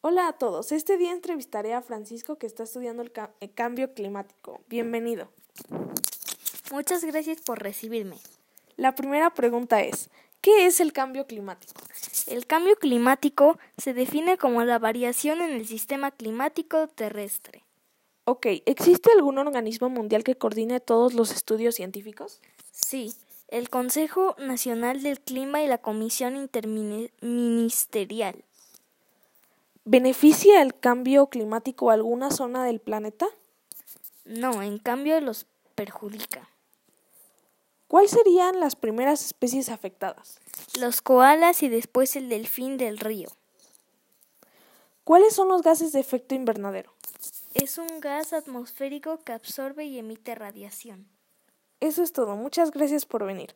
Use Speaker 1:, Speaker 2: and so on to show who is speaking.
Speaker 1: Hola a todos, este día entrevistaré a Francisco que está estudiando el, ca- el cambio climático. Bienvenido.
Speaker 2: Muchas gracias por recibirme.
Speaker 1: La primera pregunta es, ¿qué es el cambio climático?
Speaker 2: El cambio climático se define como la variación en el sistema climático terrestre.
Speaker 1: Ok, ¿existe algún organismo mundial que coordine todos los estudios científicos?
Speaker 2: Sí, el Consejo Nacional del Clima y la Comisión Interministerial.
Speaker 1: ¿Beneficia el cambio climático a alguna zona del planeta?
Speaker 2: No, en cambio los perjudica.
Speaker 1: ¿Cuáles serían las primeras especies afectadas?
Speaker 2: Los koalas y después el delfín del río.
Speaker 1: ¿Cuáles son los gases de efecto invernadero?
Speaker 2: Es un gas atmosférico que absorbe y emite radiación.
Speaker 1: Eso es todo, muchas gracias por venir.